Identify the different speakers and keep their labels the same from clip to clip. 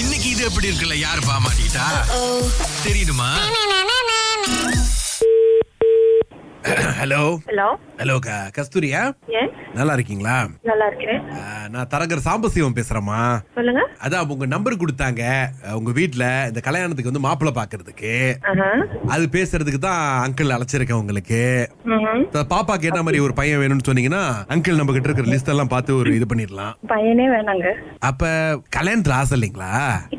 Speaker 1: இன்னைக்கு இது எப்படி இருக்குல்ல யார் பாமாட்டா தெரியுமா ஹலோ
Speaker 2: ஹலோ
Speaker 1: ஹலோ கஸ்தூரியா
Speaker 2: எஸ்
Speaker 1: நல்லா இருக்கீங்களா
Speaker 2: நல்லா இருக்கிறேன்
Speaker 1: ஆ, நான் தரகர் சாம்பசிவம் பேசுறேமா
Speaker 2: சொல்லுங்க
Speaker 1: அதான் உங்க நம்பர் கொடுத்தாங்க அஹ், உங்க வீட்ல இந்த கல்யாணத்துக்கு வந்து மாப்பிள்ளை பாக்குறதுக்கு
Speaker 2: ஆஹா.
Speaker 1: அது பேசுறதுக்கு தான் அங்கிள் அழைச்சிருக்கேன் உங்களுக்கு
Speaker 2: ம்ஹும்.
Speaker 1: இப்ப பாப்பா கேட்ட மாதிரி ஒரு பையன் வேணும்னு சொன்னீங்கன்னா அங்கிள் நம்ம கிட்ட இருக்கிற லிஸ்ட் எல்லாம் பார்த்து ஒரு இது பண்ணிடலாம்
Speaker 2: பையனே வேணாங்க
Speaker 1: அப்ப கல்யாணத்துல ஆசை இல்லைங்களா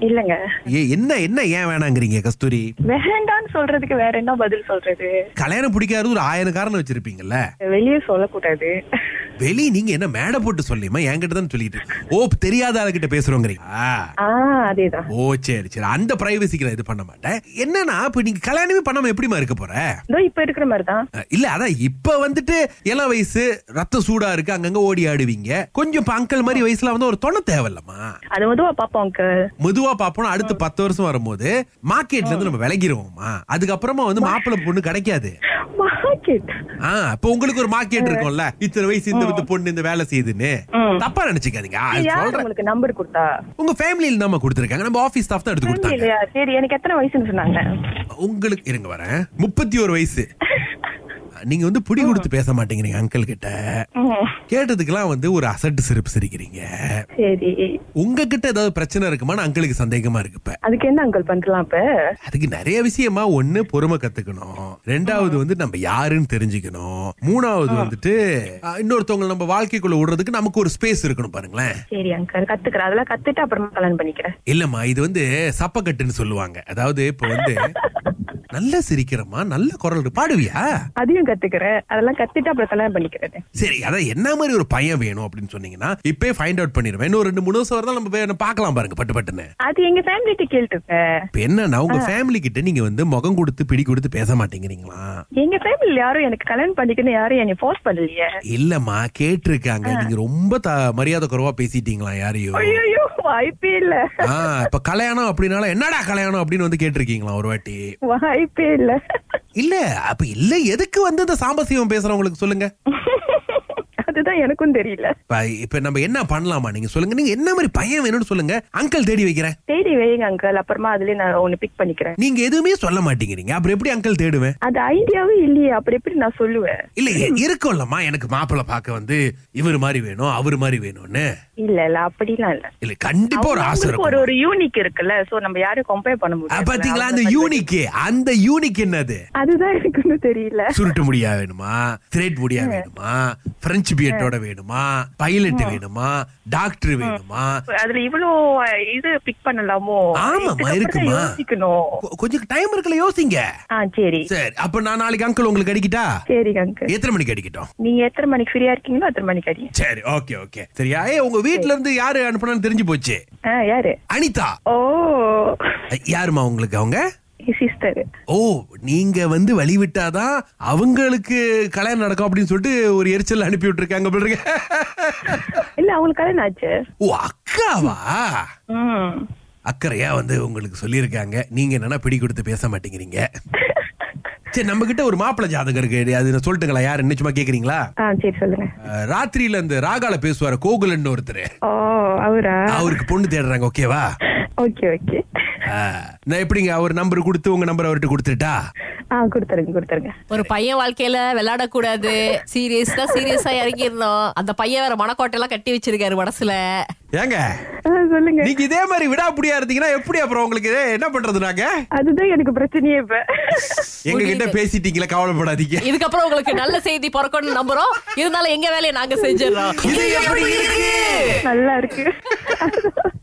Speaker 2: இல்லங்க
Speaker 1: ஏ என்ன என்ன ஏன் வேணாங்கிறீங்க கஸ்தூரி
Speaker 2: வேண்டான்னு சொல்றதுக்கு வேற என்ன பதில் சொல்றது
Speaker 1: கல்யாணம் பிடிக்காதது ஒரு ஆயிரம் காரணம் வச்சிருப்பீங்கல்ல
Speaker 2: வெளியே சொல்லக்கூடாது
Speaker 1: வெளிய நீங்க என்ன மேடை போட்டு சொல்லியுமா என்கிட்ட தான் சொல்லிட்டு இருக்கீங்க. ஓ தெரியாத ஆளுகிட்ட பேசுறோங்கிறீங்களா
Speaker 2: ஆ அதேதான்
Speaker 1: ஓ சரி சரி அந்த பிரைவசிக்கு நான் இது பண்ண மாட்டேன் என்னன்னா இப்ப நீங்க கல்யாணமே பண்ணாம எப்படிமா இருக்க போற
Speaker 2: இதோ இப்ப இருக்கிற மாதிரி தான்
Speaker 1: அஹ், இல்ல அதான் இப்ப வந்துட்டு இளம் வயசு ரத்த சூடா இருக்கு அங்கங்க ஓடி ஆடுவீங்க கொஞ்சம் இப்ப அங்கிள் மாதிரி வயசுல வந்து ஒரு தொணை தேவையில்லம்மா
Speaker 2: அது மதுவா பாப்போம் அங்கிள்
Speaker 1: மெதுவா பாப்போம் அடுத்து பத்து வருஷம் வரும்போது மார்க்கெட்ல இருந்து நம்ம விலகிருவோம்மா அதுக்கப்புறமா வந்து மாப்பிள்ளை பொண்ணு கிடைக்காது
Speaker 2: மார்க்கெட்
Speaker 1: ஆ இப்ப உங்களுக்கு ஒரு மார்க்கெட் இருக்கும்ல இத்தனை வயசு இந்த இந்த பொண்ணு இந்த வேலை செய்யுதுன்னு தப்பா நினைச்சுக்காதீங்க ஆ,
Speaker 2: யார்
Speaker 1: சொல்றேன்
Speaker 2: உங்களுக்கு நம்பர் கொடுத்தா
Speaker 1: உங்க ஃபேமிலியில நம்ம கொடுத்துருக்காங்க நம்ம ஆபீஸ் ஸ்டாஃப் தான் எடுத்து கொடுத்தாங்க
Speaker 2: இல்லையா சரி எனக்கு எத்தனை வயசுன்னு சொன்னாங்க
Speaker 1: உங்களுக்கு இருங்க வரேன் முப்பத்தி ஒரு வயசு நீங்க வந்து புடி கொடுத்து பேச மாட்டேங்கிறீங்க அங்கிள் கிட்ட
Speaker 2: ம்.
Speaker 1: கேட்டதுக்கெல்லாம் வந்து ஒரு அசட்டு சிரிப்பு சிரிக்கிறீங்க
Speaker 2: சரி
Speaker 1: உங்ககிட்ட ஏதாவது பிரச்சனை இருக்குமான்னு அங்கிளுக்கு சந்தேகமா இருக்கு இப்ப
Speaker 2: அதுக்கு என்ன அங்கிள் பண்ணலாம் இப்ப
Speaker 1: அதுக்கு நிறைய விஷயமா ஒண்ணு பொறுமை கத்துக்கணும் ரெண்டாவது வந்து நம்ம யாருன்னு தெரிஞ்சுக்கணும் மூணாவது வந்துட்டு அஹ், இன்னொருத்தவங்க நம்ம வாழ்க்கைக்குள்ள விடுறதுக்கு நமக்கு ஒரு ஸ்பேஸ் இருக்கணும் பாருங்களேன்
Speaker 2: சரி அங்கிள் கத்துக்கிறேன் அதெல்லாம் கத்துட்டு அப்புறமா கல்யாணம் பண்ணிக்கிறேன்
Speaker 1: இல்லம்மா இது வந்து சப்பக்கட்டுன்னு சொல்லுவாங்க அதாவது இப்ப வந்து நல்லா சிரிக்கிறம்மா நல்ல குரல் இருக்கு. பாடுவியா
Speaker 2: அதையும் கத்துக்கிறேன் அதெல்லாம் கத்துட்டு அப்புறம் கல்யாணம் பண்ணிக்கிறேன்
Speaker 1: சரி அதான் என்ன மாதிரி ஒரு பையன் வேணும் அப்படின்னு சொன்னீங்கன்னா இப்பே ஃபைண்ட் அவுட் பண்ணிடுவேன் இன்னும் ரெண்டு மூணு வருஷம் வரதான் நம்ம வேணும் பார்க்கலாம் பாருங்க பட்டு பட்டுன்னு
Speaker 2: அது எங்க ஃபேமிலிட்ட கேட்டுருக்க
Speaker 1: இப்ப என்னன்னா உங்க ஃபேமிலி கிட்ட நீங்க வந்து முகம் கொடுத்து பிடி கொடுத்து பேச மாட்டேங்கிறீங்களா
Speaker 2: எங்க ஃபேமிலில யாரும் எனக்கு கல்யாணம் பண்ணிக்கணும் யாரும் என்னை ஃபோர்ஸ் பண்ணலையே
Speaker 1: இல்லம்மா கேட்டிருக்காங்க நீங்க ரொம்ப த- மரியாதை குறைவா பேசிட்டீங்களா யாரையும்
Speaker 2: ஐயோ வாய்ப்பே இல்ல
Speaker 1: ஆ இப்ப கல்யாணம் அப்படின்னால என்னடா கல்யாணம் அப்படின்னு வந்து கேட்டிருக்கீங்களா ஒரு வாட்டி
Speaker 2: வாய்ப்பே இல்ல
Speaker 1: இல்ல அப்ப இல்ல எதுக்கு வந்து இந்த சாம்பசியம் பேசுறவங்களுக்கு சொல்லுங்க
Speaker 2: அதுதான் எனக்கும் தெரியல
Speaker 1: இப்ப இப்ப நம்ம என்ன பண்ணலாமா நீங்க சொல்லுங்க நீங்க என்ன மாதிரி பையன் வேணும்னு சொல்லுங்க அங்கிள் தேடி வைக்கிறேன்
Speaker 2: தேடி வைங்க அங்கிள் அப்புறமா அதுலயே நான் ஒன்னு பிக் பண்ணிக்கிறேன்
Speaker 1: நீங்க எதுவுமே சொல்ல மாட்டேங்கிறீங்க அப்புறம் எப்படி அங்கிள் தேடுவேன்
Speaker 2: அது ஐடியாவே இல்லையே அப்படி எப்படி நான் சொல்லுவேன்
Speaker 1: இல்ல எ- இருக்கும்லம்மா எனக்கு மாப்பிள்ளை பார்க்க வந்து இவர் மாதிரி வேணும் அவர் மாதிரி வேணும்னு
Speaker 2: இல்ல இல்ல அப்படிலாம் இல்ல
Speaker 1: இல்ல கண்டிப்பா ஒரு ஆசை
Speaker 2: அவங்களுக்கு ஒரு
Speaker 1: இருக்கும்
Speaker 2: ஒரு யூனிக் இருக்குல்ல சோ நம்ம யாரும் கம்பேர் பண்ண
Speaker 1: அ,
Speaker 2: முடியாது
Speaker 1: பாத்தீங்களா அந்த யூனிக் அந்த யூனிக் என்னது
Speaker 2: அதுதான் எனக்கு ஒன்னும் தெரியல
Speaker 1: சுருட்டு முடியா வேணுமா திரேட் முடியா வேணுமா பிரெஞ்சு பியட்டோட வேணுமா பைலட் வேணுமா டாக்டர் வேணுமா
Speaker 2: அதுல இவ்ளோ இது பிக் பண்ணலாமோ
Speaker 1: ஆமாம்மா,
Speaker 2: இதுக்கப்புறம் தான்
Speaker 1: இருக்குமா?
Speaker 2: யோசிக்கணும்
Speaker 1: கொ- கொஞ்சம் டைம் இருக்குல்ல யோசிங்க
Speaker 2: ஆ சரி
Speaker 1: சரி அப்ப நான் நாளைக்கு அங்கிள் உங்களுக்கு அடிக்கிட்டா
Speaker 2: சரிங்க அங்கிள்
Speaker 1: எத்தனை மணிக்கு அடிக்கட்டும்
Speaker 2: நீங்க எத்தனை மணிக்கு ஃப்ரீயா இருக்கீங்களோ அத்தனை மணிக்கு அடி
Speaker 1: சரி ஓகே ஓகே சரியா ஏ உங்க வீட்ல இருந்து யாரு அனுப்புனான்னு தெரிஞ்சு போச்சு
Speaker 2: ஆ யாரு
Speaker 1: அனிதா
Speaker 2: ஓ
Speaker 1: அ, யாருமா உங்களுக்கு அவங்க
Speaker 2: சிஸ்டர்
Speaker 1: ஓ நீங்க வந்து வழி விட்டாதான் அவங்களுக்கு கல்யாணம் நடக்கும் அப்படின்னு சொல்லிட்டு ஒரு எரிச்சல் அனுப்பி விட்டுருக்காங்க போல இருக்கு.
Speaker 2: இல்ல அவங்களுக்கு கல்யாணம் ஆச்சு
Speaker 1: ஓ அக்காவா
Speaker 2: ம்.
Speaker 1: அக்கறையா வந்து உங்களுக்கு சொல்லியிருக்காங்க நீங்க என்னன்னா பிடி கொடுத்து பேச மாட்டேங்கிறீங்க சரி நம்ம கிட்ட ஒரு மாப்பிள்ளை ஜாதகம் இருக்கு அது நான் சொல்லட்டுங்களா யார் என்ன சும்மா கேக்குறீங்களா
Speaker 2: ஆ சரி சொல்லுங்க
Speaker 1: அஹ், ராத்திரியில இந்த ராகால பேசுவாரு கோகுலன் ஒருத்தர்
Speaker 2: ஓ அவரா
Speaker 1: அவருக்கு பொண்ணு தேடுறாங்க ஓகேவா
Speaker 2: ஓகே ஓகே
Speaker 1: ஆ, நான் எப்படிங்க அவர் நம்பர் கொடுத்து உங்க நம்பர் அவர்கிட்ட கொடுத்துட்டா
Speaker 2: ஆ கொடுத்துருங்க கொடுத்துருங்க
Speaker 3: ஒரு பையன் வாழ்க்கையில விளையாடக்கூடாது சீரியஸா சீரியஸா இறங்கி இருந்தோம் அந்த பையன் வேற மனக்கோட்டையெல்லாம் கட்டி வச்சிருக்காரு மனசுல
Speaker 1: ஏங்க
Speaker 2: ஆ, சொல்லுங்க
Speaker 1: நீங்க இதே மாதிரி விடாப்புடியா இருந்தீங்கன்னா எப்படி அப்புறம் உங்களுக்கு இதே என்ன பண்றது நாங்க
Speaker 2: அதுதான் எனக்கு பிரச்சனையே இப்ப
Speaker 1: எங்க கிட்ட பேசிட்டீங்களா கவலைப்படாதீங்க
Speaker 3: இதுக்கப்புறம் உங்களுக்கு நல்ல செய்தி பிறக்கணும்னு நம்புறோம் இருந்தாலும் எங்க வேலையை நாங்க செஞ்சிடறோம்
Speaker 1: இது எப்படி இருக்கு
Speaker 2: நல்லா இருக்கு